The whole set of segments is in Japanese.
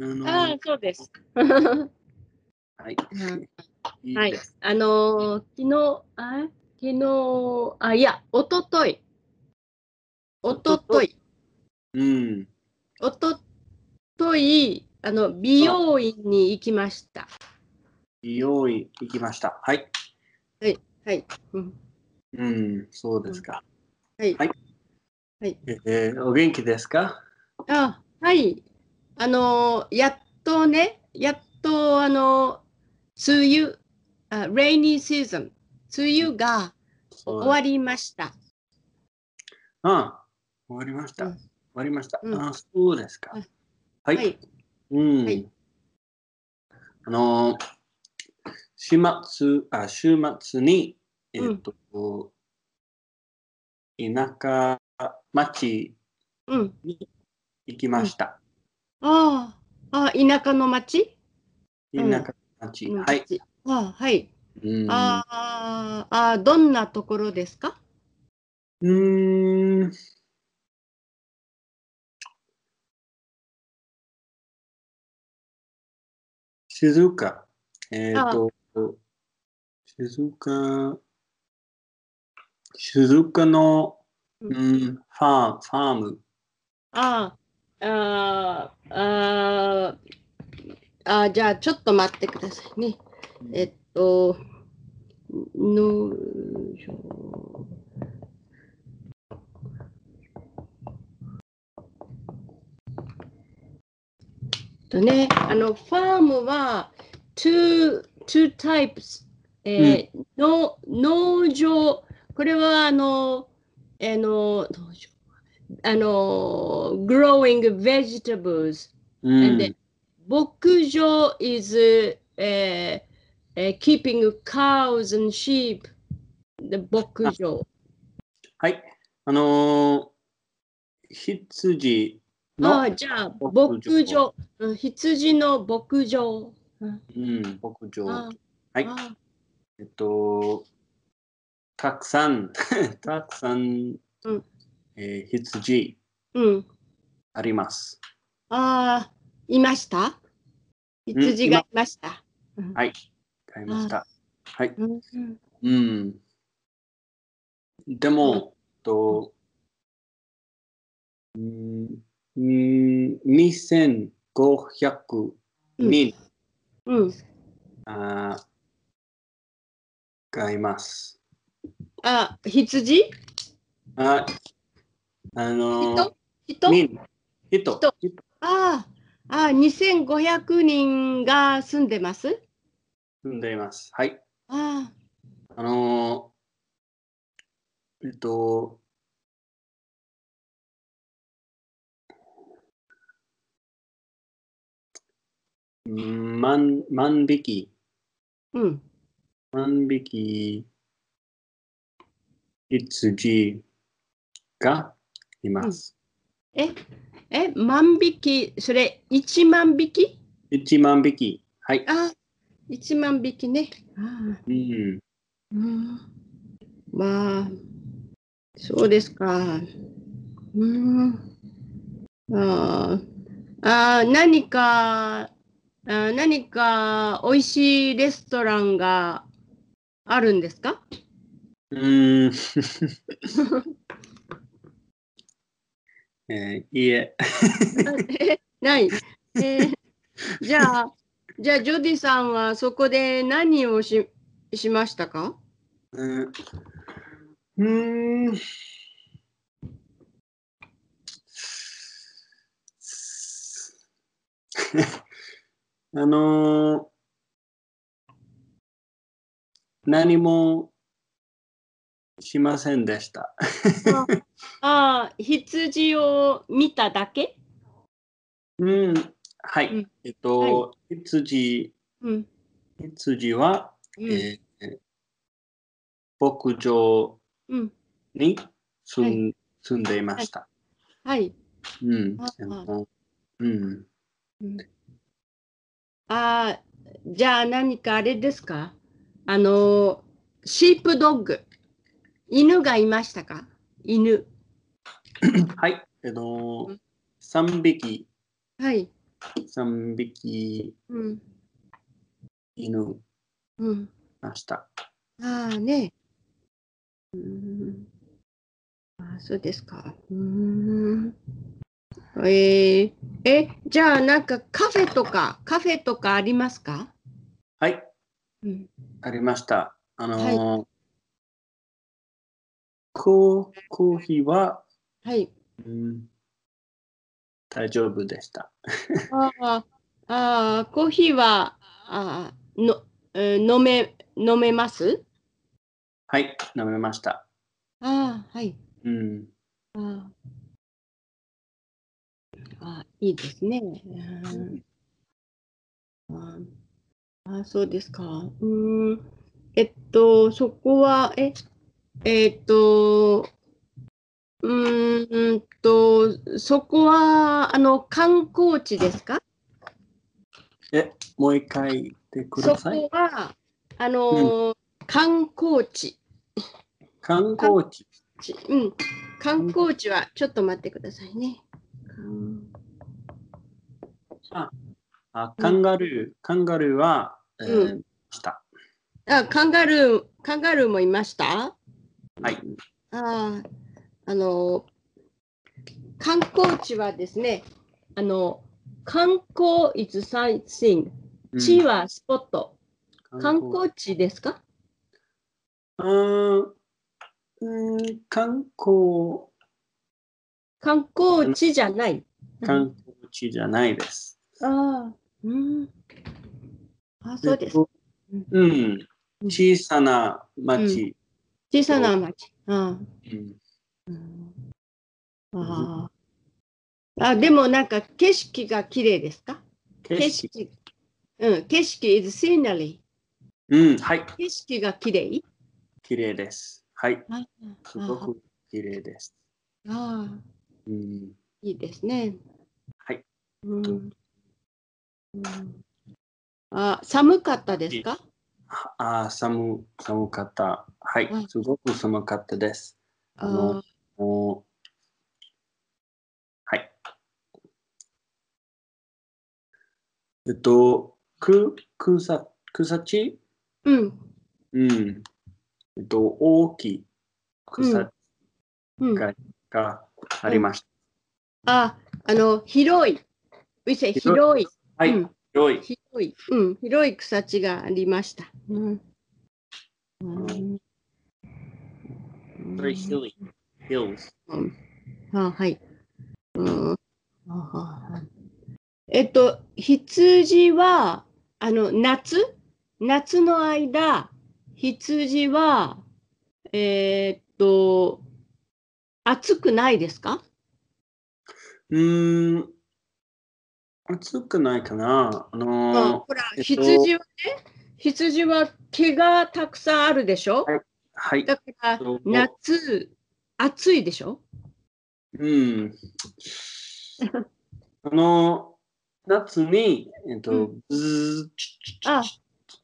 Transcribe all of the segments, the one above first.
あのああ、そうです。はい。いいはいです。。あのー昨日、あ昨日、あ、いや、おととい。おととい。うん。おととい、あの、美容院に行きました。美容院行きました。はい。はい。うんうん、そうですか。はいはい。はい。えーお元気ですかあ、はい。あのーやっとね、やっと、あのー梅雨、あ、rainy season、梅雨が終わり。りました。あ終わりました。うん終わりました。うんあそうですかうん。はい。はい。うん。はいあのー週末あ、週末に、えっ、と、田舎町うん。行きました。ああ、あ田舎の町うん田舎町。のはい。町あはい。うんあああ、どんなところですかうーん。静岡。えっ、と、静岡、静岡の、ううんん、ファーム、ファーム。ああ、ああ、ああああ、じゃあちょっと待ってくださいね。えっと、の、とね、あの、ファームは、two, two types、えーの農場、これはあの、あの、農場あの、growing vegetables うん、で牧場 is、えーえー keeping cows and sheep で牧場はい。あのー羊あのあ、じゃあ牧場牧場うん羊の牧場うん、牧場。あはあい。あえっと、たくさん、たくさん、うんえー羊うんあります。ああいましたん羊がいましたはい、買いました。はい、うんううんん。でうんも、えっと、うん、うん2500人、うんあー買います。あ羊あ、あのー人、人人、人、人ああああ2500人が住んでます住んでいます。はい。ああのーえっと、うん万万引き、あうん万引き羊がいます。え、え、万引き、それ1万引き一、万匹、はい。あ、1万引きね。あうん、うん、まあ、そうですか。うん。あーあー、何か、あー何か美味しいレストランがあるんですかうんえーいいえ、えない。えー じゃあ、じゃあ、ジョディさんはそこで何をししましたかうんうーん。 あのー何もしませんでした。 ああ、羊を見ただけうん。はい。うんえっと、羊、うん。羊は、うん。えー牧場うん、に住ん,、は住んでいました。はい。うん。ああのうん。うんああ、じゃあ何かあれですかあの、シープドッグ。犬がいましたか犬。はい。あのうー、3匹はい。 3匹うん。犬うん。ました。ああね。うーん。ああ、そうですか。うーん。えー、え、じゃあなんかカフェとか、カフェとかありますかはい、うん。ありました。あのーコーコーヒーは、はい。うん、大丈夫でした。ああ、ああ、コーヒーは、ああ、の、えー飲め、飲めますはい、飲めました。ああ、はい。うん、ああ、ああいいですね。うんああ、そうですか。うーん。えっと、そこは、え、えっと、うーんと、そこは、あの、観光地ですかもう一回言ってくそださいこ。は、あの、観光地。観光地。ちうん、観光地は、ちょっと待ってくださいね。観あカンガルー、カンガルーは、えーうんした。あ、カンガルー、カンガルーもいましたはい。あーあの観光地はですね、あの観光 is sightseeing、うん地はスポット、観地光地ですか？うーんうん観光、観光地じゃない。観光地じゃないです。ああ、うん。あ、そうです。うん。小さな町。小さな町。あうんーうんあー。あ、でもなんか景色が綺麗ですか？景景色。色。うん、景色 is scenery。うん、はい。景色が綺麗。綺麗です。はい。あすごく綺麗です。ああ、うん。いいですね。はい。うん。うんあ、寒かったですか。あー寒、寒かった。はいうん。すごく寒かったです。あのあもうはい。えっと、く、くさ、草地うん。うん。えっと、大きい草うん。が,、がありました。あ、あの広い。うせ、広広い。はい、うん良い。広い。うん、広い草地がありました。うん。うん very hilly hills. あ、はい。うん。ああえっと、羊は、あの、夏夏の間、羊は、えーっと、暑くないですかうーん。暑くないかなあうん、のーほら、えっと羊はね、羊は毛がたくさんあるでしょ、はいはい。だから、そう夏、暑いでしょうん。あの、夏に、えっうと、ずーあ、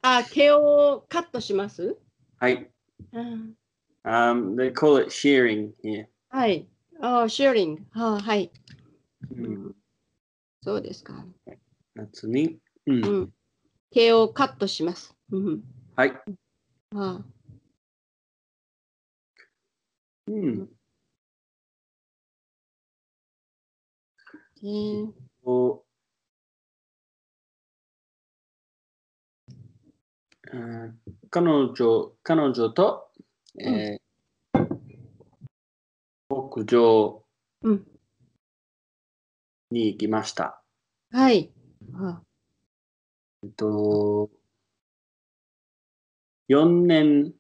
あ、毛をカットしますはい。うん。 Um, they call it shearing here. はい。あ、シェアリング。あはい。うん、そうですか。夏に、うんうん。毛をカットします。うん。はい。あうんえーおあー彼女、彼女と、えー牧場うん。に行きました。はい。あえっと、4年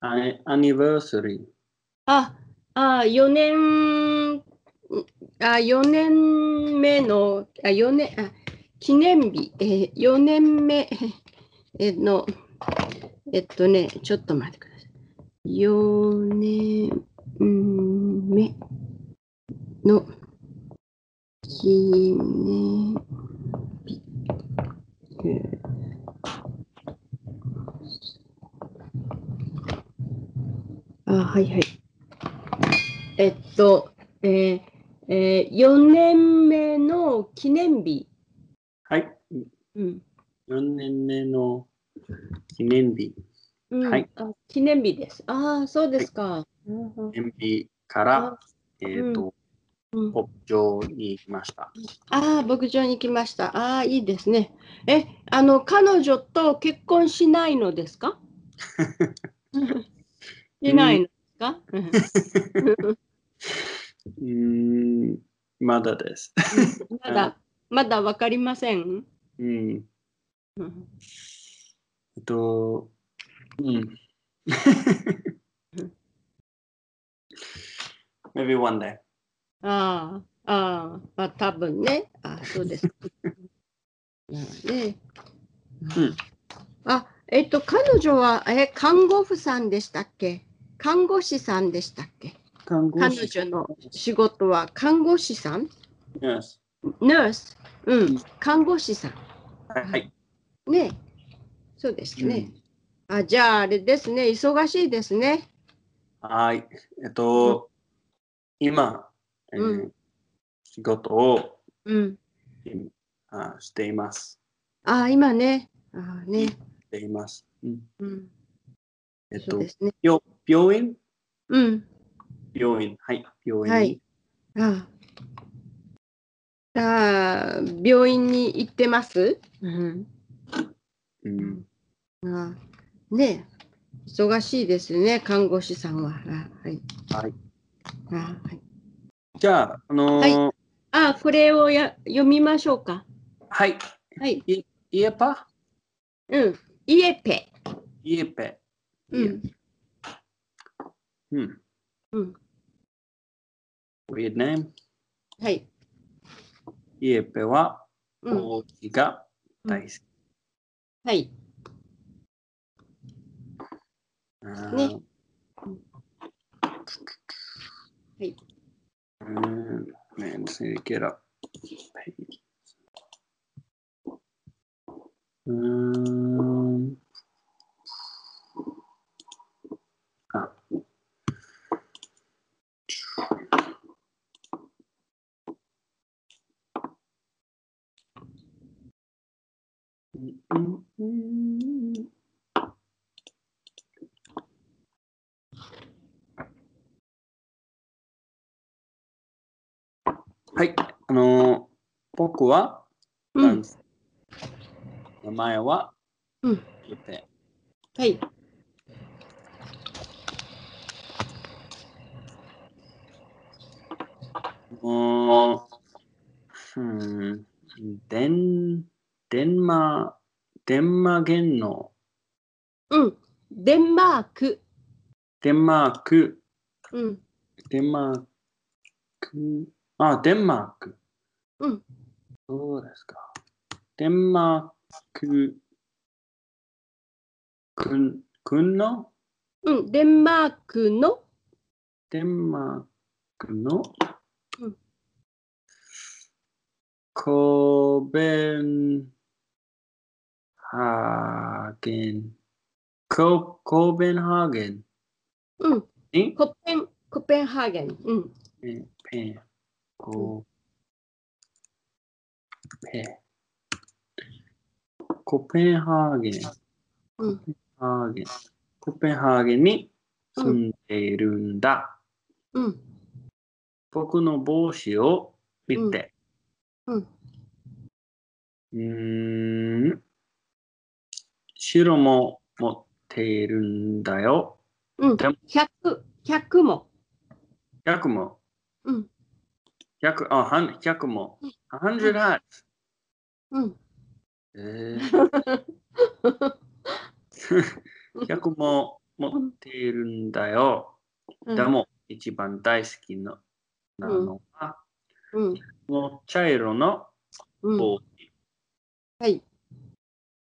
アニアニバーサリー。あ、あ4年、あ、4年目の、あ、4年、あ、記念日、えー、4年目 えーの、えっとね、ちょっと待ってください。4年目の記念日。えーあ、はいはい。えっと、えーえー、4年目の記念日。はい。うん。 4年目の記念日。うんはいあ記念日です。ああ、そうですか。記念日から、えっ、と、うん牧場に行きました。ああ、牧場に来ました。ああ、いいですね。え、あの、彼女と結婚しないので すか しないのですか、 うーん、まだです。 うん まだ、まだわかりません。うん。うんえっと、うん。Maybe one day. ああ、ああ、まあ多分ね。ああ、そう です。ね、うんあ、えっと、彼女は、え、看護婦さんでしたっけ看護師さんでしたっけ看護彼女の仕事は看護師さん Yes. ナース。ううんん、看護師さはい。はいん。ね。そうですね。あ、じゃあ、あれですね。忙しいですね。はい。えっと、今、えーうん仕事をうん。あしています。あ、今ね。あね。しています。うん、うん。えっそうとですね。病、病院うん。病院。はい。病院はにい。ああ。ああ、病院に行ってますうん。うん。ああねえ忙しいですね、看護師さんは。あはい。はい。あはい、じゃあ、あのーあ、これをや読みましょうか。はい。はい。イエパうん。イエペ。イエペ。うん。うん。うん。 Weird name. はい。イエペは、うん。コーヒーが大好き。はい。あーね uh, はい。うん。Man, just need to get up. うーん。あ。うんうんうんはい、あのー僕はう男ん。性、名前は、うんゆぺはい。もう、うん、デン、デンマ、デンマ言の、うん。デンマーク。デンマーク、うん。デンマーク、あ、デンマーク。うん。どうですか。デンマーク、くん、くんのうん。デンマークの。デンマークのうんコペンハーゲンココペンハーゲンうん。にコペン、コペンハーゲン。うん。ペンペンコペンコペンハーゲンうん。ハーゲンコペンハーゲンに住んでいるんだ、うん。僕の帽子を見て、うん。うーん。白も持っているんだよ。うんでも。百、百も。 100も。うん。 100、あ、はん100も。100ハうん。えー、100も持っているんだよ。うんでも、一番大好きのなのは、うん。この茶色のうん。帽子。はい。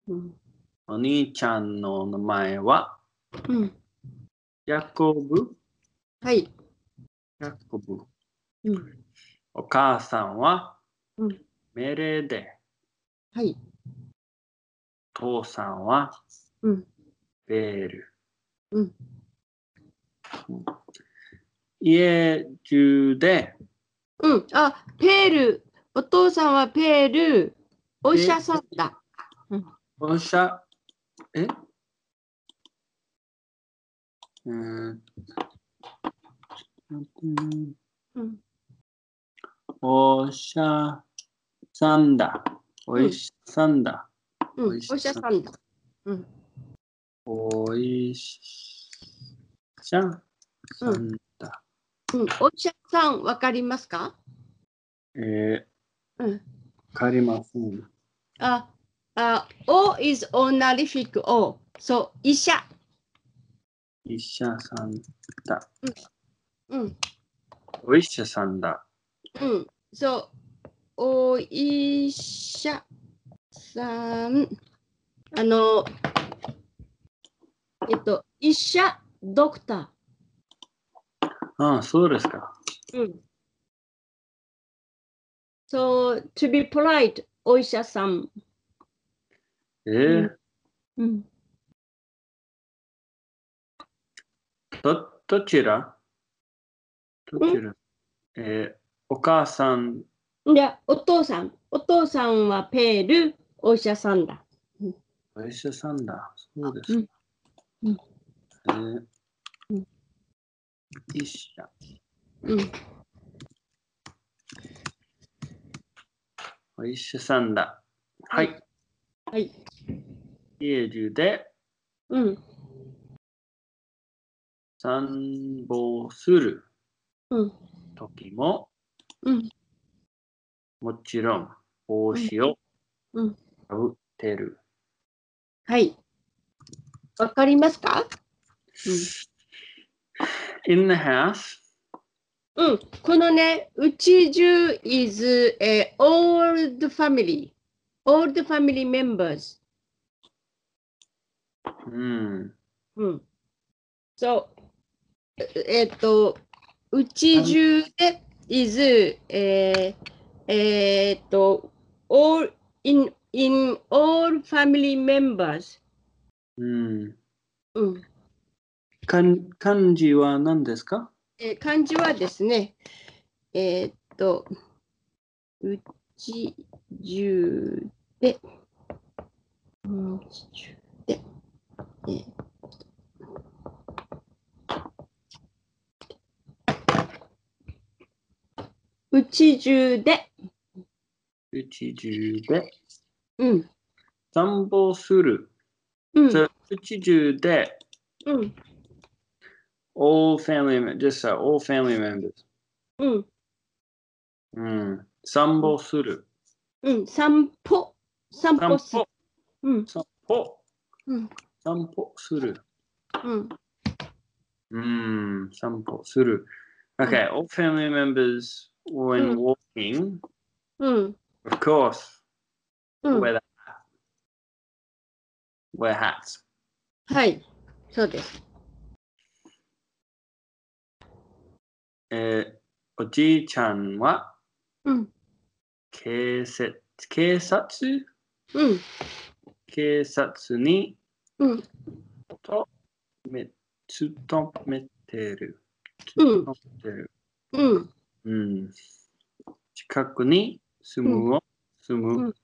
うん。お兄ちゃんの名前は、うん。ヤコブ。はい。ヤコブ。うん。お母さんは、うん。メレデ。はい。父さんはうん。ベール。うん。家中でうん。あ、ペール。お父さんはペール。お医者さんだ。おしゃ、えうん。うん。おしゃさんだ。おいしさんだ。うんおお医医者者さんさんだ。うん。おいしゃさんだ。うん、お医者さん、わかりますかえうん。ー、わかりません。あ、あ、お is honorific o. そう、医者。医者さんだ。うん。お医者さんだ。うん。そう、お医者さん。あの、えっと、医者、ドクタああ、そうですか。ー。うん。So, to be polite, お医者さん。えー、うん。ど、どちらどちらえー、お母さん、で、お父さん。お父さんはペール、お医者さんだ。お医者さんだ。そうですか。うんえうーん、医者。うん、お医者さんだ。はい。はい。家中でうん、散歩するうん、時も、うん、もちろん帽子をうん。かぶってる。はい。わかりますか In the house, うん。このね、うち中 is a old family. old family members. うん。うん。そう。ええっと、うち中で is, えー、えーっと、all, in, in all family members. うん、うん。かん漢字は何ですかえー漢字はですね、えーっと、うちじゅうで、うちじゅうで、えーっとうちじゅうで、うち中でうん、散歩する。うん、 So, うち中でうん、 all family members, just so, all family members. うん、うん。散歩する。うん、散歩、散散歩する歩、。うん、散歩。うん、散歩する。うん、うん。散歩する。Okay, all family members when うん walking, うん、 of course, うん、 wear the hat. Wear hats. はい、そうです。えーおじいちゃんはうん、警察警察うん、警察にうん。とめ勤めてる。うん勤めてる。うん、うん。近くに住むを住うむん。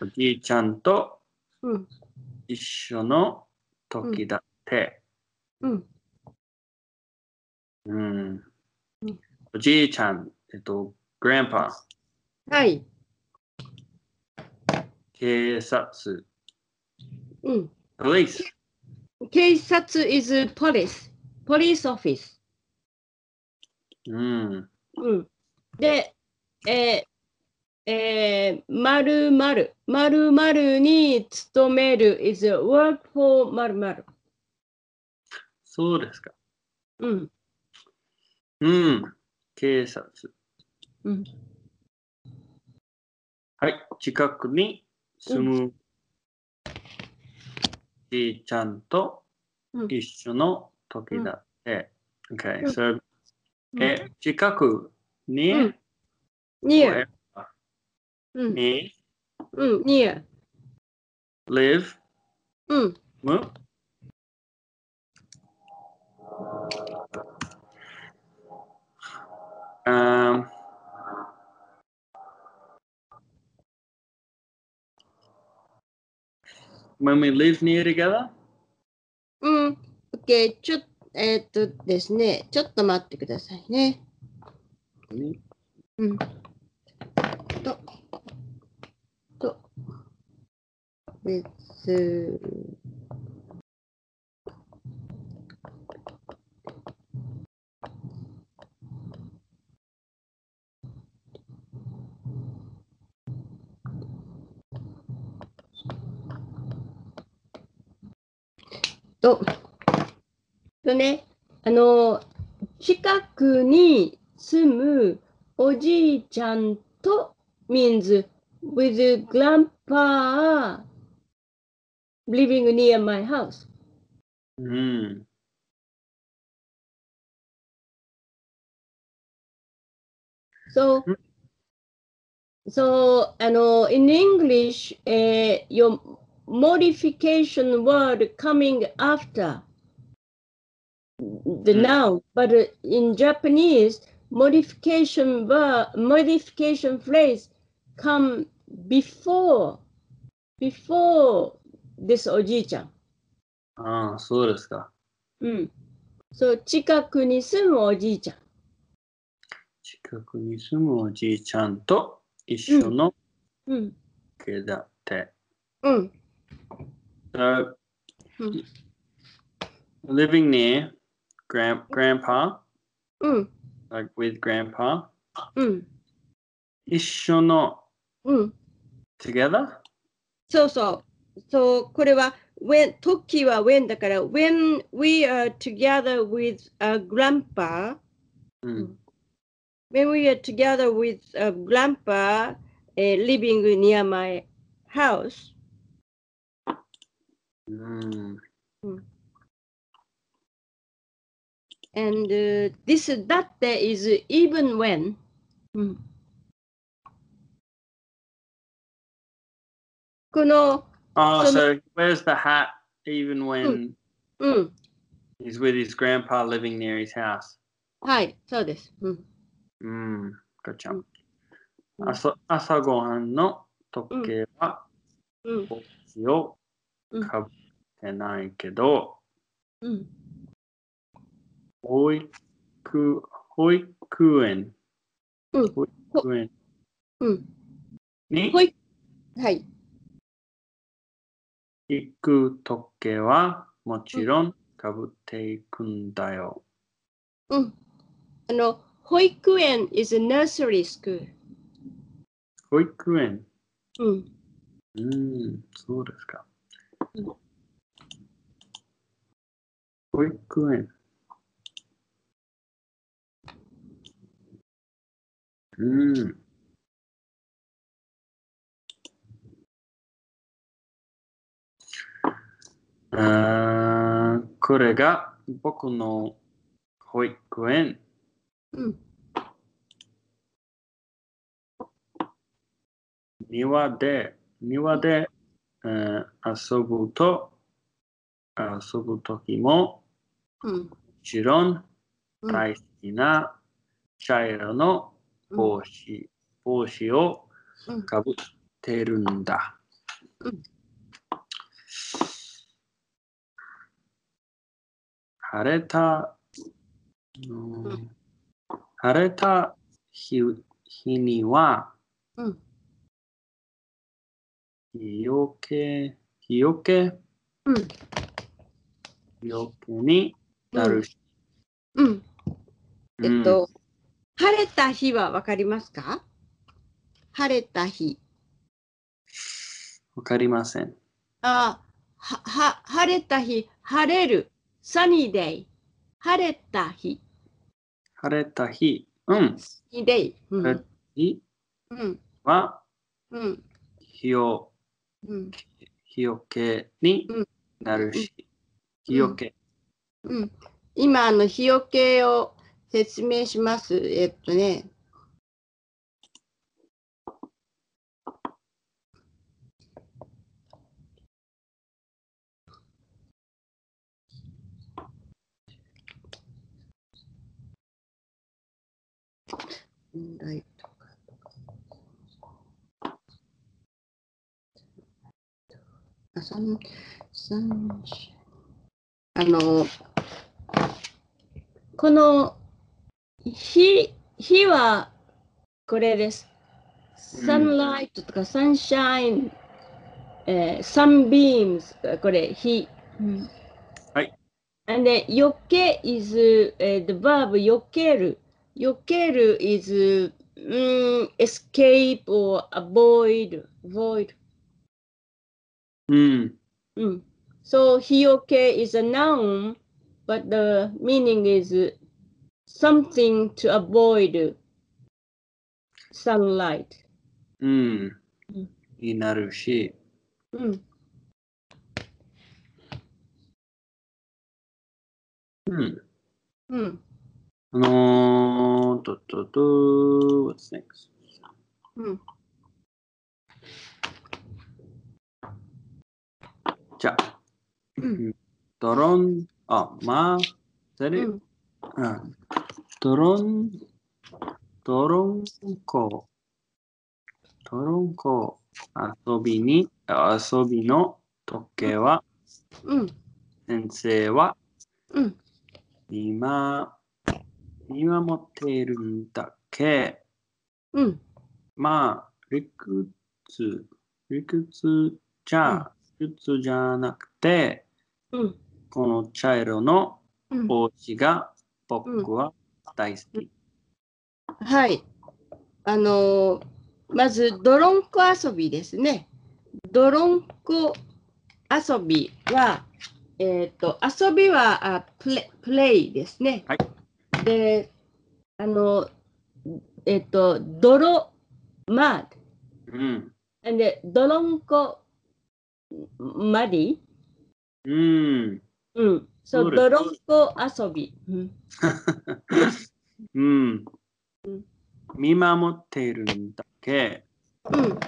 おじいちゃんとうん、一緒の時だって。うん、うんうん。おじいちゃん、えっと、グランパー、はい、警察、うん。ポリス。警察 is police, police office. うん。うん。で、えー、えー、〇〇、〇〇に勤める is work for 〇〇。そうですか。うん、うん。警察。うん、はい。近くに住むじいちゃんとうん。一緒の時だって。う OK。んそれ、え、近くに、うん near, うん、に、うん、near, live, うん、むあー when we live near together? うん。OK。ちょっえーっとですね。ちょっと待ってくださいね。Hmm. うん。と。と。別。と。とね、あの、近くに住むおじいちゃんと means with grandpa living near my house. Hmm. So, so あの、in English,、えー your modification word coming after the うん noun, but in Japanese, modification verb, modification phrase come before, before this おじいちゃん。ああ、そうですか。うん。そう、近くに住むおじいちゃん。近くに住むおじいちゃんと一緒のうん。家だって。うん。 So, うん living near grand, grandpa, うん。 like with grandpa, うん。一緒のうん。 together? そうそう。そう、これは、when、時は when だから、when we are together with a grandpa, うん。 when we are together with a grandpa、living near my house, うん。 and、this, uh, that is even when、この、 Oh, その- so where's the hat even when うん、 he's with his grandpa living near his house? はい、そうです。うん、うん。ガチャうンん。うん朝朝ごはんの時計はうん、帽子をかぶってないけど、うん、保育保育園うん保育園うん、に保育はい、行く時計はもちろんかぶっていくんだよ。うん。あの、保育園 is a nursery school。保育園。うん、うん、そうですかうん。保育園。うん。あーこれが僕の保育園。うん、庭で、庭で、えー遊ぶと、遊ぶときも、うん、もちろんうん大好きな茶色の帽子、帽子をうんかぶってるんだ。うん晴れた、うんうん晴れた日日には、うん、日よけ、日よけ、うん、日よけになるし。うん。えっうんと、晴れた日はわかりますか晴れた日。わかりません。あは、は、晴れた日、晴れる。sunny day。晴れた日、晴れた日、うん、 sunny day。う晴れんた、日うん、はうん、日ようん、日よけになるし、日よけ、うん。今、あの、日よけを説明します。えっとね。問題とかとかあさんさんあの、この、日、日は、これです。うん sunlight とか sunshine、えー、sunbeams とかこれ、日。はい。 And then, 避け is、えー the verb 避ける。避ける is、うん、escape or avoid, void. うん。 Mm. So hiyoke is a noun, but the meaning is something to avoid sunlight. うんうん。になるし、 Mm. うん。 Mm. あのー、とっとと、what's next? Mm. じゃあ、 Mm. ドロン、あ、まあ、それ、 Mm. うんトロン、トロンコ、トロンコ遊びに、あ遊びの時計は、 Mm. 先生は Mm. 今、見守っているんだけ、 Mm. まあ、理屈、理屈じゃ、理屈じゃなくて、 Mm. この茶色の Mm. 帽子が僕は大好き。はい。あのーまず、泥んこ遊びですね。泥んこ遊びは、えっ、と、遊びはあプレプレイですね。はいで、あの、えっ、と、泥、マうん。ーで、泥んこ、マディ。うん。うん。そう、そうで泥すんこ遊び。うんうん。見守っているんだけ。うん、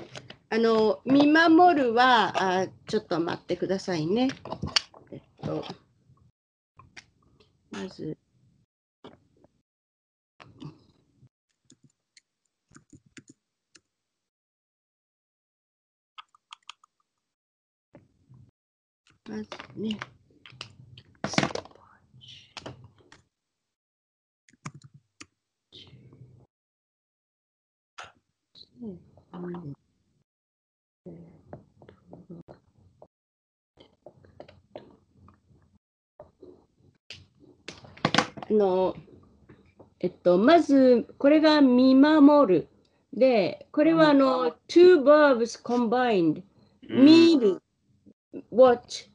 あの見守るはあちょっと待ってくださいね。えっとまずまずね。あのえっとまずこれが見守るでこれはあの two verbs combined うん見る watch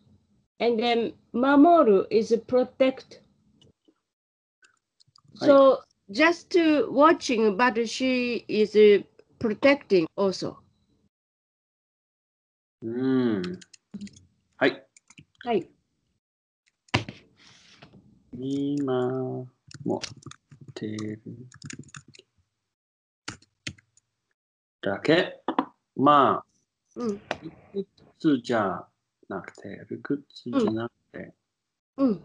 and then 守る is protect so just to watching but she is uh, protecting also うん。はい。はい見守っているだけ。まあ、うん靴じゃなくて、靴じゃなくて。うん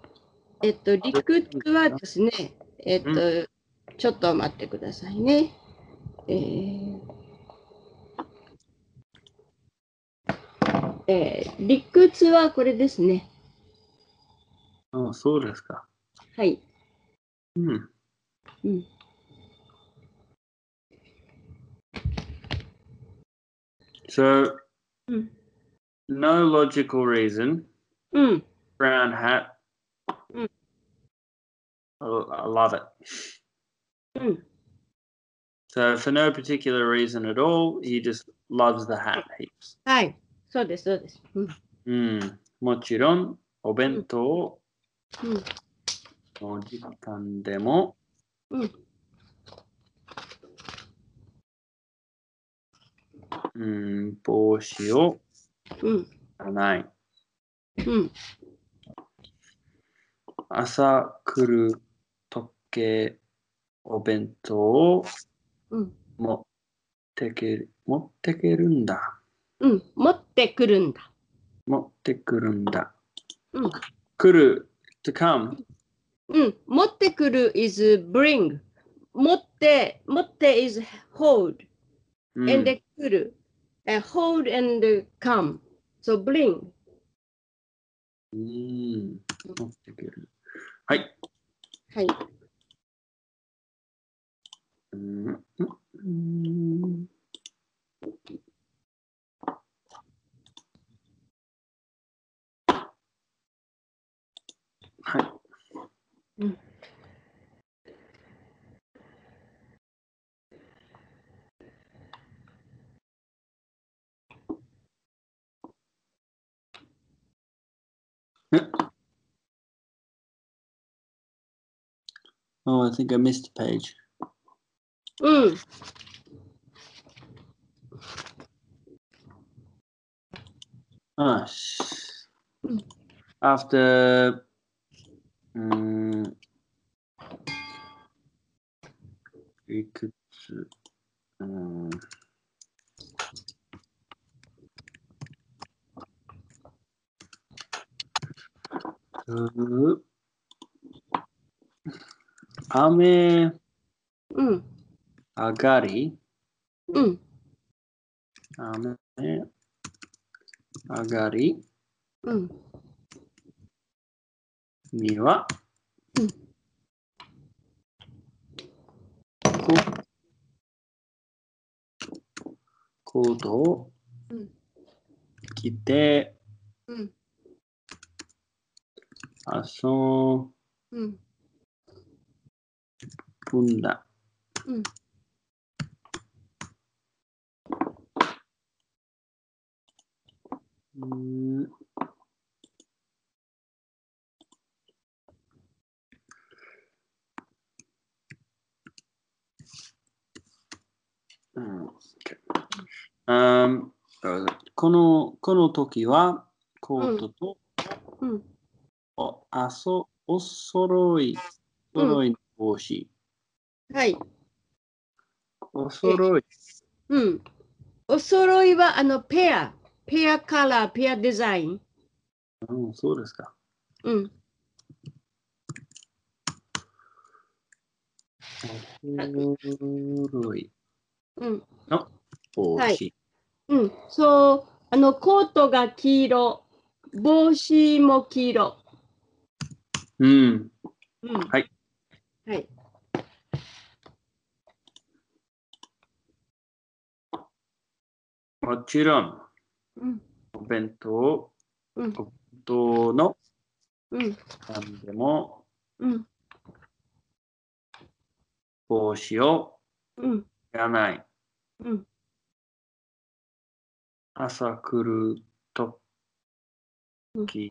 えっと理屈はですねえっと、うちょっと待ってくださいねえーえー、理屈はこれですね。あそうですか。はい。うん。うん So, うん。 no logical reason. うん。 Brown hat. I, Mm. I love it. うん。 So, for no particular reason at all, he just loves the hat heaps. はい。そうです、そうです。うん。うん、もちろん、お弁当うん。の時間でも、うん。うん、帽子をうん。いらない。うん。朝来る時計、お弁当をうん。持ってける、持ってけるんだ。うん。持ってくるんだ。持ってくるんだ。うん。来る、to come。うん。持ってくる is bring. 持って、持って is hold. うん And 来る。And hold and come. So bring. うん。持ってくる。はい。はい。うんうんはい。Oh, I think I missed a page. うん。 Ah, s- after mm, いくつ、うん、う雨うん。上がりうん。雨上がりうん。には、うんこコートをうん着てうん。遊うん。ぶんだ。うんうんうん、um, このこの時はコートと、うん。おあそお揃いお揃いの帽子、はい。お揃いうん。お揃いは、あの、ペア。ペアカラー、ペアデザイン。うんそうですかうん。お揃いうん。帽子、はいうん。そう、あの、コートが黄色。帽子も黄色。うんうん。はい。はい。もちろんうん。お弁当うん。どのうん。何でもうん。帽子をうん。いらないうん。朝来るとき、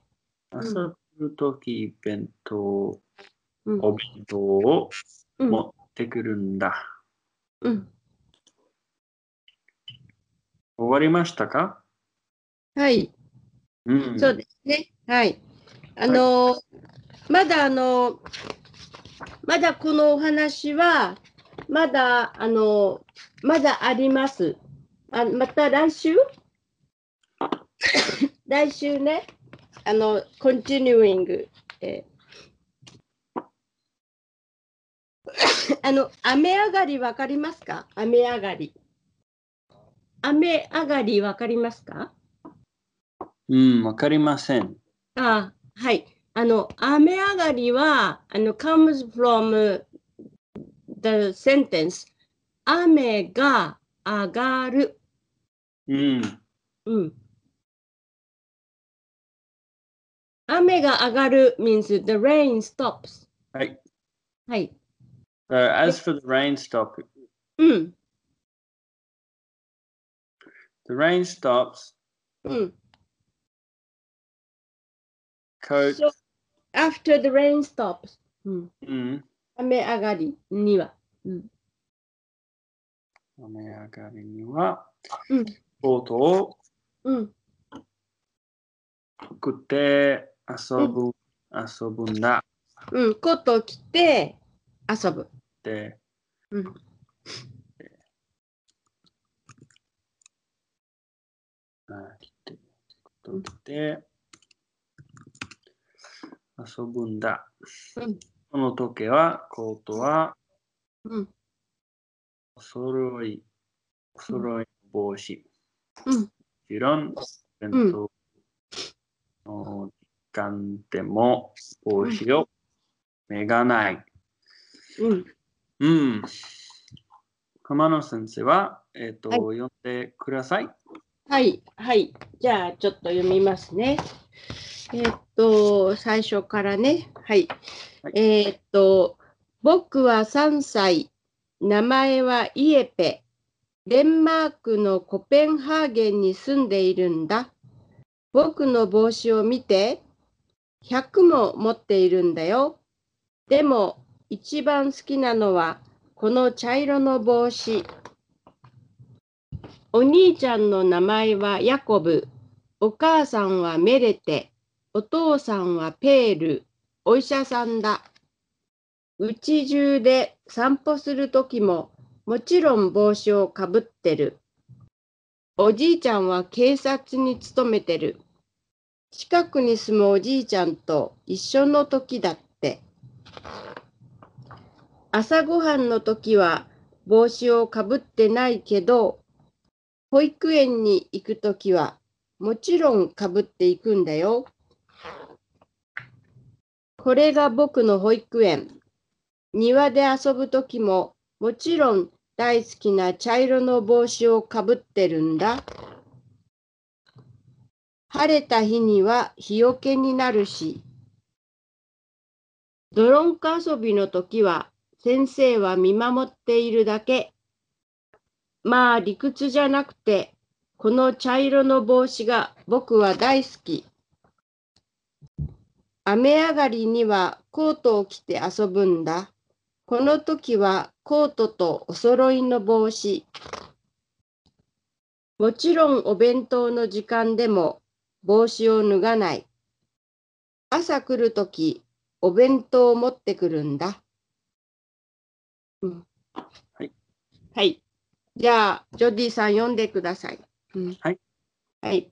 ん朝来るとき弁当、うんお弁当をうん。持ってくるんだ。うん。終わりましたかはい。うん。そうですね。はい。あの、まだあの、まだこのお話は、まだあの、まだあります。あまた来週 来週ね、あの、continuing。えーあの、雨上がりわかりますか雨上がり。雨上がりわかりますかうん、わかりません。あ、はい。あの、雨上がりは、あの、comes from the sentence 雨が上がる。うん。うん。雨が上がる means the rain stops. はい。はい。 Uh, as for the rain stop, うん。 the rain stops, うん。 coat, So, after the rain stops. うん。うん。雨上がりには。雨上がりには、うんコートをうん。食って遊ぶ、遊ぶんだ。うん。コートを着て遊ぶ。で、うん。あ来て、取って、遊ぶんだ。うんこの時計は、コートは、うん。お揃い、お揃いの帽子。うんもちろん、弁当のかんでも帽子をめがない。うん。うん。熊野先生は、えっ、と、はい読んでください。はい、はい。じゃあ、ちょっと読みますね。えーっと、最初からね。はい。はいえーっと、僕は3歳。名前はイエペ。デンマークのコペンハーゲンに住んでいるんだ。僕の帽子を見て。100も持っているんだよ。でも、一番好きなのは、この茶色の帽子。お兄ちゃんの名前はヤコブ、お母さんはメレテ、お父さんはペール、お医者さんだ。うち中で散歩するときも、もちろん帽子をかぶってる。おじいちゃんは警察に勤めてる。近くに住むおじいちゃんと一緒の時だって。朝ごはんの時は帽子をかぶってないけど、保育園に行くときはもちろんかぶっていくんだよ。これが僕の保育園。庭で遊ぶときももちろん大好きな茶色の帽子をかぶってるんだ。晴れた日には日よけになるし。泥んこ遊びのときは先生は見守っているだけ。まあ理屈じゃなくて、この茶色の帽子が僕は大好き。雨上がりにはコートを着て遊ぶんだ。この時はコートとお揃いの帽子。もちろんお弁当の時間でも帽子を脱がない。朝来る時、お弁当を持ってくるんだ。うんはい。はい。じゃあ、ジョディさん読んでください。うんはい。はい。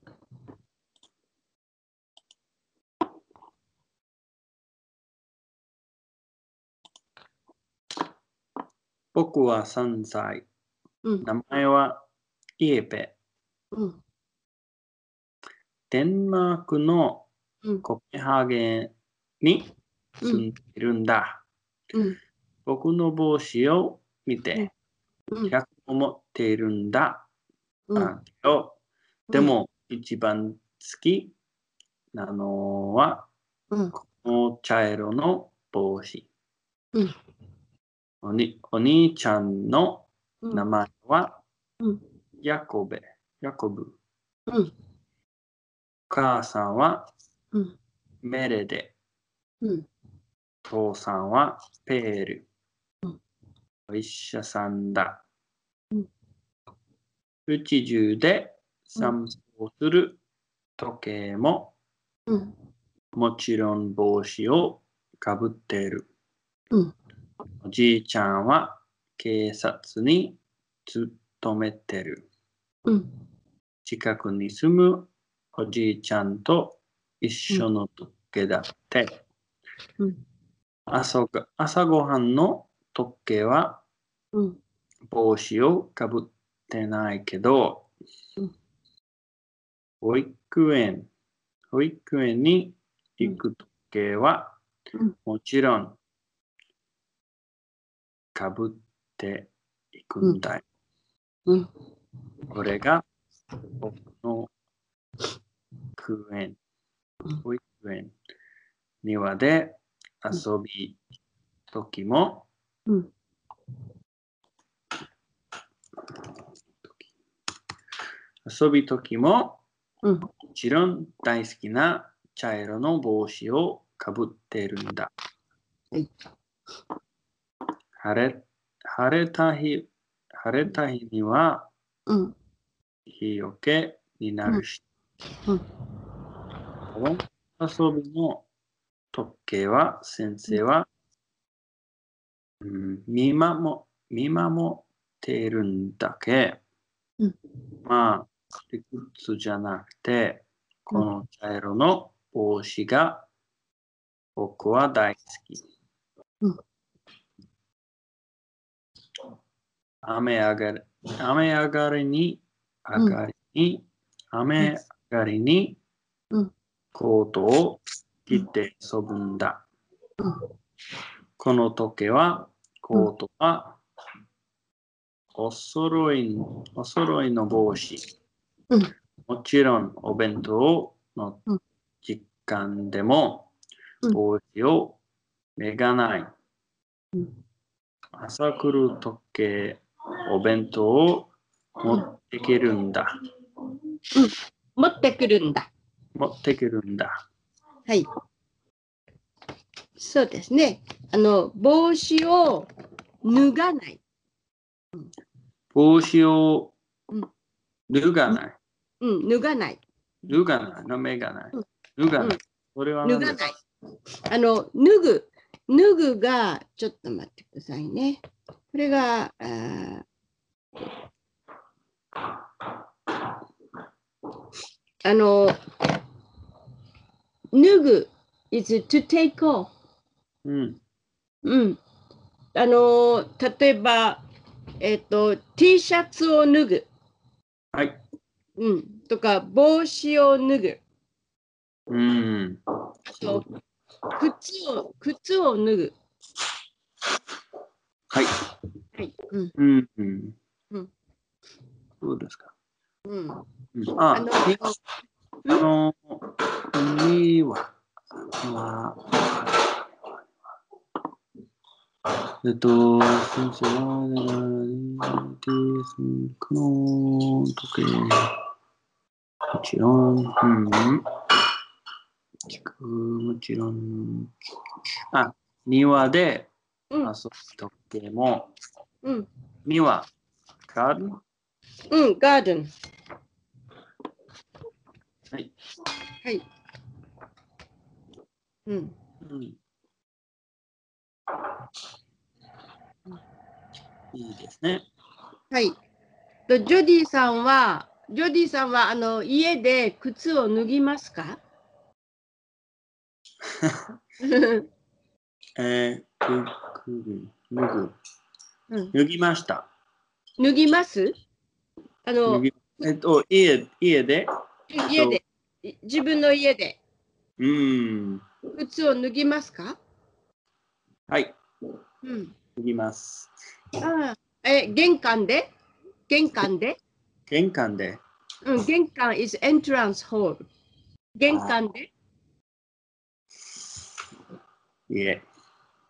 僕は3歳。うん。名前はイエペ。うん。デンマークのうん。コペンハーゲンに住んでいるんだ。うん。僕の帽子を見てうん。 100を持っているんだ。うん。だけどでも一番好きなのはうん。この茶色の帽子。うんおにお兄ちゃんのうん。名前はうん。ヤコベ。ヤコブ。うん。お母さんはうん。メレデ。うん。父さんはペールうん。お医者さんだうん。うち中で散歩する時計もうん。もちろん帽子をかぶっている。うんおじいちゃんは警察に勤めてる。うん。近くに住むおじいちゃんと一緒の時計だって。うん。朝ご朝ごはんの時計はうん。帽子をかぶってないけどうん、保育園、保育園に行く時計はうんもちろんかぶっていくんだよ。うん。これが僕の公園うん、保育園、庭で遊び時も、うん。遊び時も、うん。もちろん大好きな茶色の帽子をかぶってるんだ。はい晴れ晴れた日、晴れた日にはうん。日よけになるし、うん。泥遊びの時計は先生は、うん、見守見守っているんだけ、うんまあ理屈じゃなくてこの茶色の帽子が僕は大好き、うん雨上がり雨上がりに上がりに、雨上がりにうんコートを切って遊ぶんだうん。この時計は、コートは、お揃い、お揃いの帽子うん。もちろん、お弁当のうん実感でも、うん帽子を脱がないうん。朝来る時計、お弁当を持ってけるんだ。持ってくるんだ。持ってけるんだ。はい。そうですね。あの、帽子を脱がない。帽子をうん脱がない。うん、脱がない。脱がない。の目がないうん。脱がなうい。それは脱何がですないか。あの、脱ぐ。脱ぐが、ちょっと待ってくださいね。これが、あーあの、脱ぐ is to take off. うん。うん。あのー、例えば、えっ、と、T シャツを脱ぐ。はい。うん。とか、帽子を脱ぐ。うん。あと、靴を、靴を脱ぐ。はい。はい。うん。うん。うんうん。そうですか。うん。うんああの、にあの、には、には、えっと、先生は、だから、です、この時計、もちろん、うん、聞く、もちろん、あ、庭でう遊んぶ時計も、うん。庭、ガーデンうん。ガーデン。はい。はい。うん。うんいいですね。はい。と、ジョディさんは、ジョディさんは、あの、家で靴を脱ぎますかえー、く、く、脱ぐ。うん脱ぎました。脱ぎますあ脱の、ぎえっと、家、家で。家で、い自分の家でうん。靴を脱ぎますかはい、うん。脱ぎます。ああえ、玄関で玄関で玄関で。うん、玄関 is entrance hall. 玄関でいえ。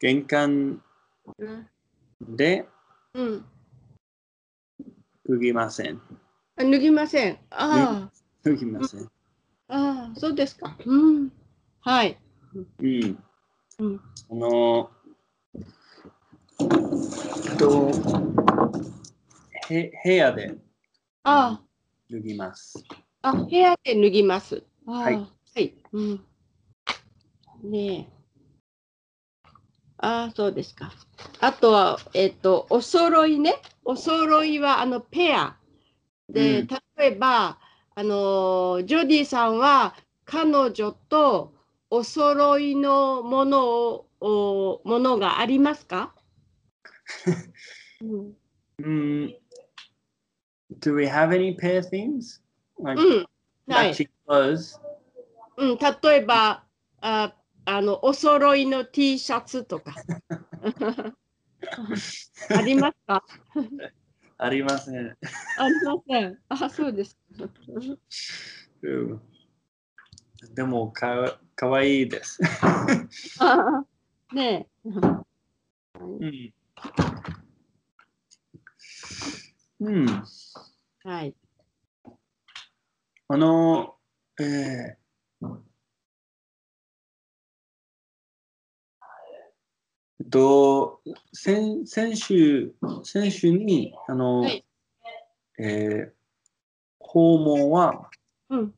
玄関うん。でうん脱ぎません。あ脱ぎません。あ脱ぎません。あ、ああ、そうですか。うん。はい。うん。うん。あの、えっと、へ部屋であ脱ぎます。あ、あ、部屋で脱ぎます。ああはい。はい。うん。ねえ。ああ、そうですか。あとは、えっ、と、お揃いね。お揃いは、あの、ペア。で、うん例えば、あのー、ジョディさんは、彼女とお揃いのものを、おものがあります か、うん、 Mm, do we have any pair things? Like うん。ない。 matching clothes? うん、例えば、あ、あの、お揃いの T シャツとか。 ありますかありません。ありません。あ、そうですか。うんでもか、かわいいです。あねえ。うん。うん。はい。あの、えーえっと、先先週、先週に、あの、はいえー訪問はうん。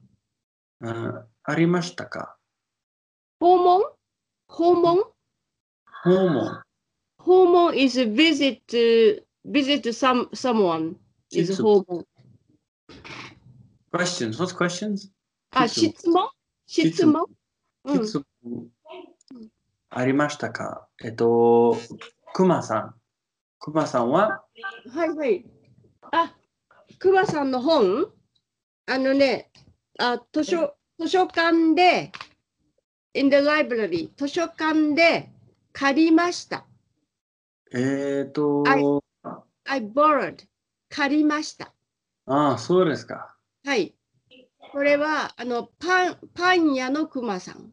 あありましたか訪問訪問訪問、訪問 is visit to, visit to some, someone is 質訪問。 questions, what's questions? あ、質問質問質問うん。質問ありましたかえっと、くまさん。くまさんははいはい。あ、くまさんの本あのね、あ図書図書館で、 in the library 図書館で借りました。えっ、ー、と、は I borrowed 借りました。ああ、そうですか。はい。これはあのパンパン屋のクマさん。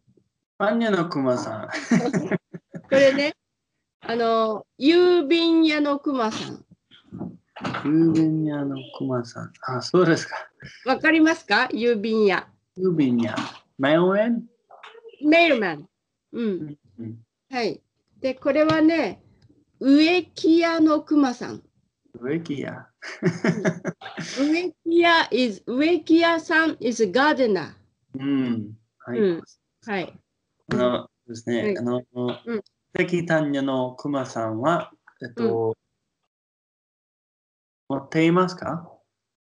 パンニャのクマさん。これね、あの郵便屋のクマさん。郵便屋のクマさん。ああ、そうですか。わかりますか郵便屋。郵便屋。マヨエンメールマン。ううんんうん。はい。で、これはね、植木屋のクマさん。植木屋。植木屋 is 植木屋さん is a gardener。うん。はい。うんはい。あのですね、はいあの、うん関丹ニャのクマさんは、えっと、持っていますか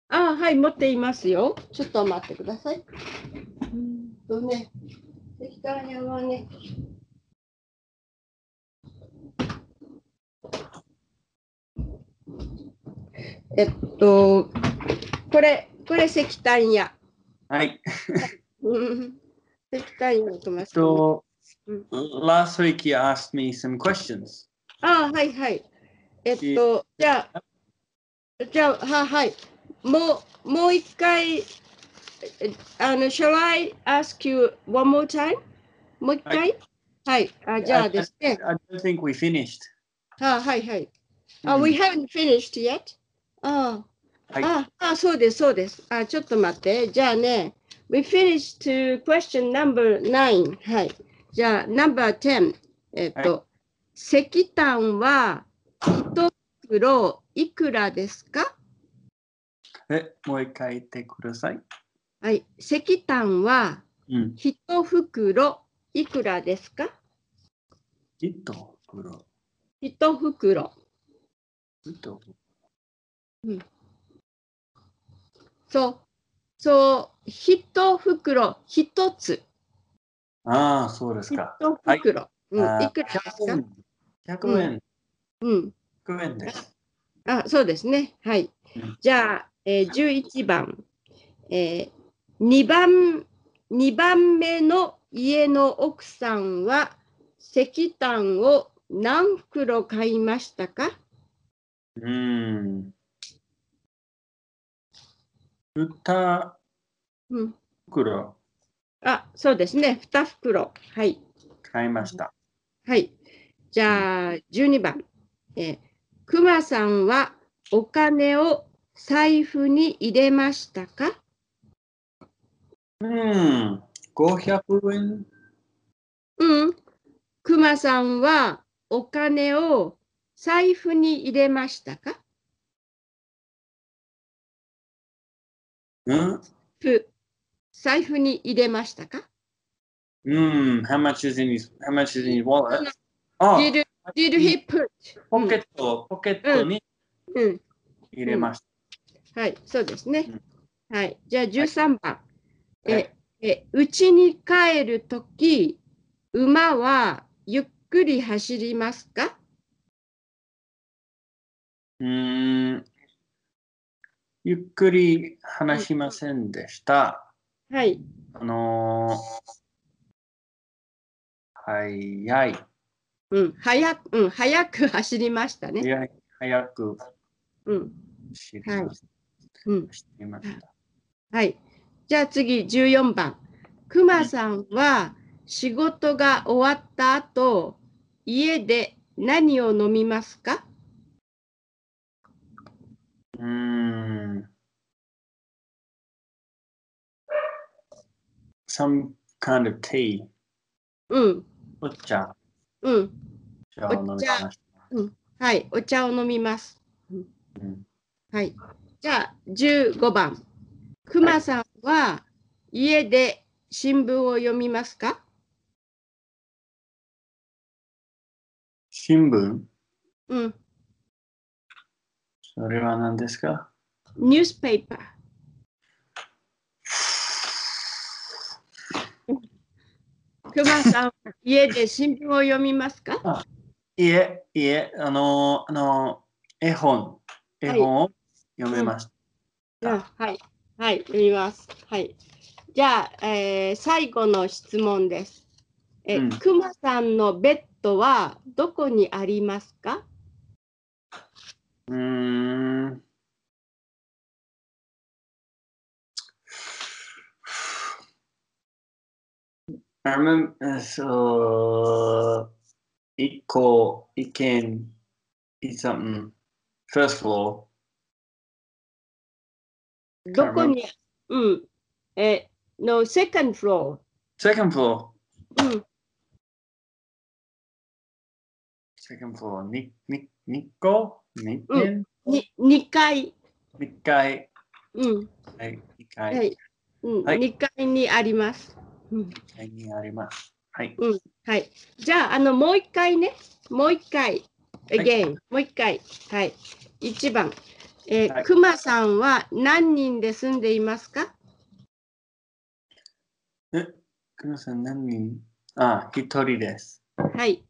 あはい、持っていますよ。ちょっと待ってください。うんとね、関丹屋はね、えっと、これ、これ石炭屋。はい。うん石炭屋のクマさん。 So, Mm. last week you asked me some questions. ああ、はいはい。えっと、じゃあ、じゃあ、ははい。もう、もう一回、えあの、shall I ask you one more time? もう一回はい、あ、じゃあですね。 I don't think we finished. あはいはい。あ、we haven't finished yet? あはあ、いああ、そうです、そうです。あ、ちょっと待って。じゃあね、we finished to question number 9。はい。じゃあ、number 10。えっと、石炭は一袋いくらですかえ、もう一回言ってください。はい。石炭はうん。一袋いくらですか糸袋。一袋。糸袋。そう。そう、一袋、一つ。ああ、そうですか。一はい袋、あうん、ーいくらですか、 100円。うん、 100円です。あそうですね。はいうん。じゃあ、えー、11番、えー、2, 番2番目の家の奥さんは石炭を何袋買いましたかうん。2うん、袋あそうですね。2袋。はい。買いました。はい。じゃあ、12番。えー、くまさんはお金を財布に入れましたかうん。500円うん。くまさんはお金を財布に入れましたかうん。ふ財布に入れましたかうん。How much is in his, how much is in his wallet? あ did, did he put? ポケット、ポケットにうん、うん。入れましはい、そうですね。はい。じゃあ13番。た。え、え、うちに帰るとき、馬はゆっくり走りますかうーんゆっくり話しませんでした。はい。あのー、早い、うん、早く、うん、早く走りましたね。早い、早くうん。知りましうん。知りました。はい。じゃあ次、14番。くまさんは仕事が終わった後、家で何を飲みますかうーん。some kind of tea うん、お茶うん。茶を飲みました。はい。お茶を飲みます。うんはい。じゃあ15番。くまさんは家で新聞を読みますか新聞うん。それは何ですかニュースペーパー。くまさんは家で新聞を読みますかいえ、いえ、あの、あの、絵本、絵本を読めました。うんはい、はい、読みます。はい。じゃあ、えー最後の質問です。え、うんくまさんのベッドはどこにありますかうーん。I remember, so, 一個、一軒、一 something, first floor, どこに、うん、え、の、セカンドフロ second floor, ー。うん、 second floor, に、に、二個、二う軒、に2階、二階、うん、はい、二は階、い、うん、はい2階にあります。うん、二階にあります。はい、はい。じゃあ、あの、もう一回ね。もう一回。again、もう一回。はい。一番。えはいー、くま、さんは何人で住んでいますか久野さん何人あ、一人です。はい。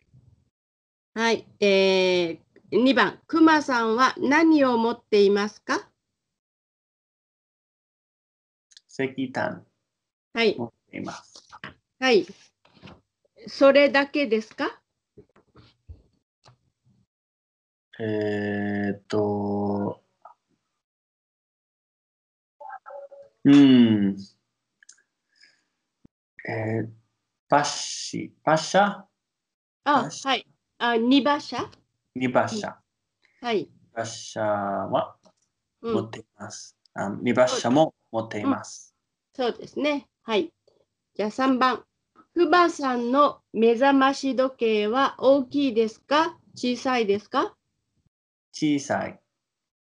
はい。えー、2番。くまさんは何を持っていますか石炭はい。います。はい。それだけですかえーっと、うん。えー、バッシ、バッシャあ、よしはい。あ、二馬車にバッシャ。はい。バッシャはう持っん。ています。あにバッシャも持っています。そうですね。はい。じゃあ3番。くばさんの目覚まし時計は大きいですか小さいですか小さい。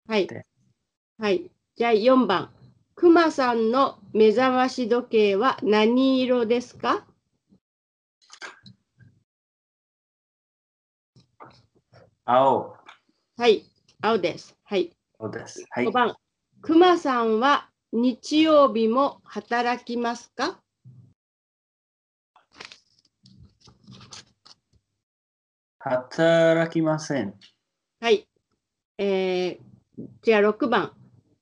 はいで。はい。じゃあ4番。くまさんの目覚まし時計は何色ですか青。はい。青です。はい。そうです。はい5。番。くまさんは日曜日も働きますか働きません。はい。えーじゃあ6番。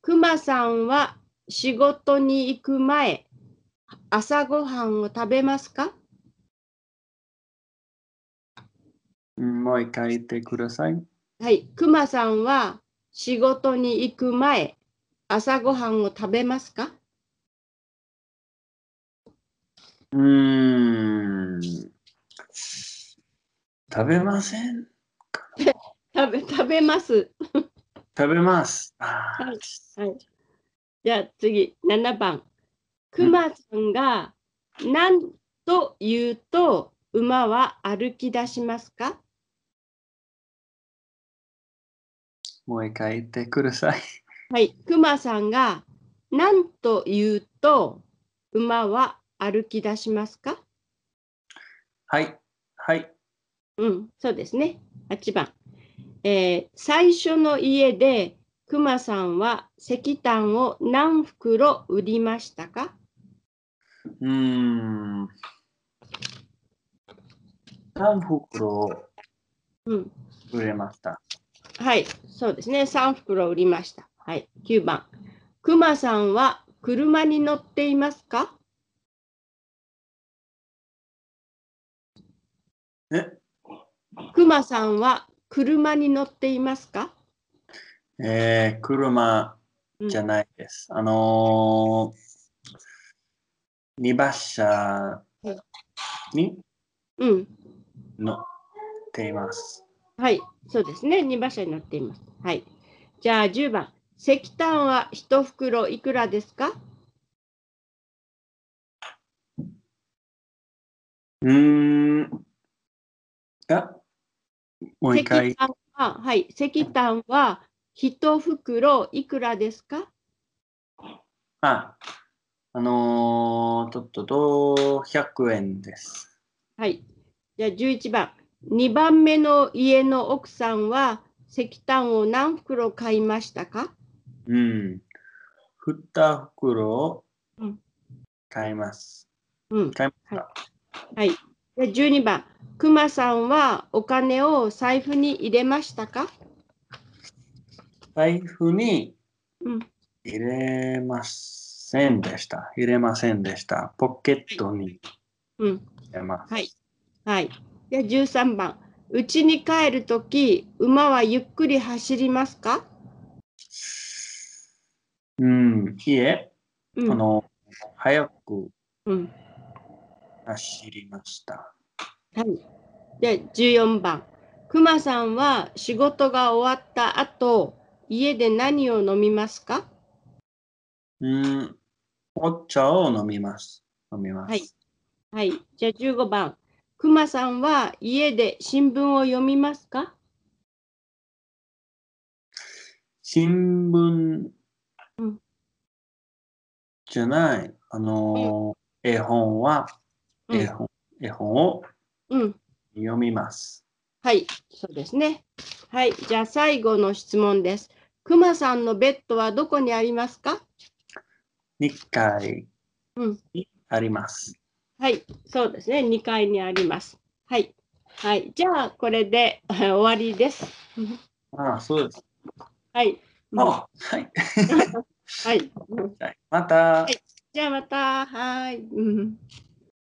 くまさんは仕事に行く前、朝ごはんを食べますかうんもう一回言ってください。はい。くまさんは仕事に行く前、朝ごはんを食べますかうーん。食べません食べ食べます。食べます。あーはいはい。じゃあ次、7番。くまさんが何と言うと馬は歩き出しますかもう一回言ってください。 はい、クマさんが何と言うと馬は歩き出しますかはい。はい。うん、そうですね。8番。えー最初の家でクマさんは石炭を何袋売りましたかうーん。何袋うん、売れましたはい、そうですね。3袋売りました。はい、9番。クマさんは車に乗っていますかえクマさんは車に乗っていますかえー、車うんじゃないです。あのー、二馬車にうん、乗っています。はい、そうですね。2馬車に乗っています。はい。じゃあ10番。石炭は1袋いくらですかうーん。あもう一石炭回。は、はい、石炭は1袋いくらですかあ、あのー、ちょっとどう100円です。はい。じゃあ11番。2番目の家の奥さんは石炭を何袋買いましたかうん。2袋をうん買います。うん。買いまははい。じゃあ12番。くまさんはお金を財布に入れましたか財布にうん。入れませんでした。入れませんでした。ポケットにうん。入れます。はい。はい。で、13番。家に帰るとき、馬はゆっくり走りますかうん、いいえ、うん。あの、早くうん。走りました。はい。で、14番。くまさんは仕事が終わった後、家で何を飲みますかうん、お茶を飲みます。飲みます。はい。はい。じゃあ15番。くまさんは家で新聞を読みますか新聞うんじゃない、あのー、絵本は、うん絵本、絵本をうん。読みます。はい。そうですね。はい。じゃあ最後の質問です。くまさんのベッドはどこにありますか2回うんにあります。はい、そうですね。2階にあります。はい。はい、じゃあ、これで 終わりです。ああ、そうです。はい。あはい。はい。うんまた。いじゃあ、また、はい。うん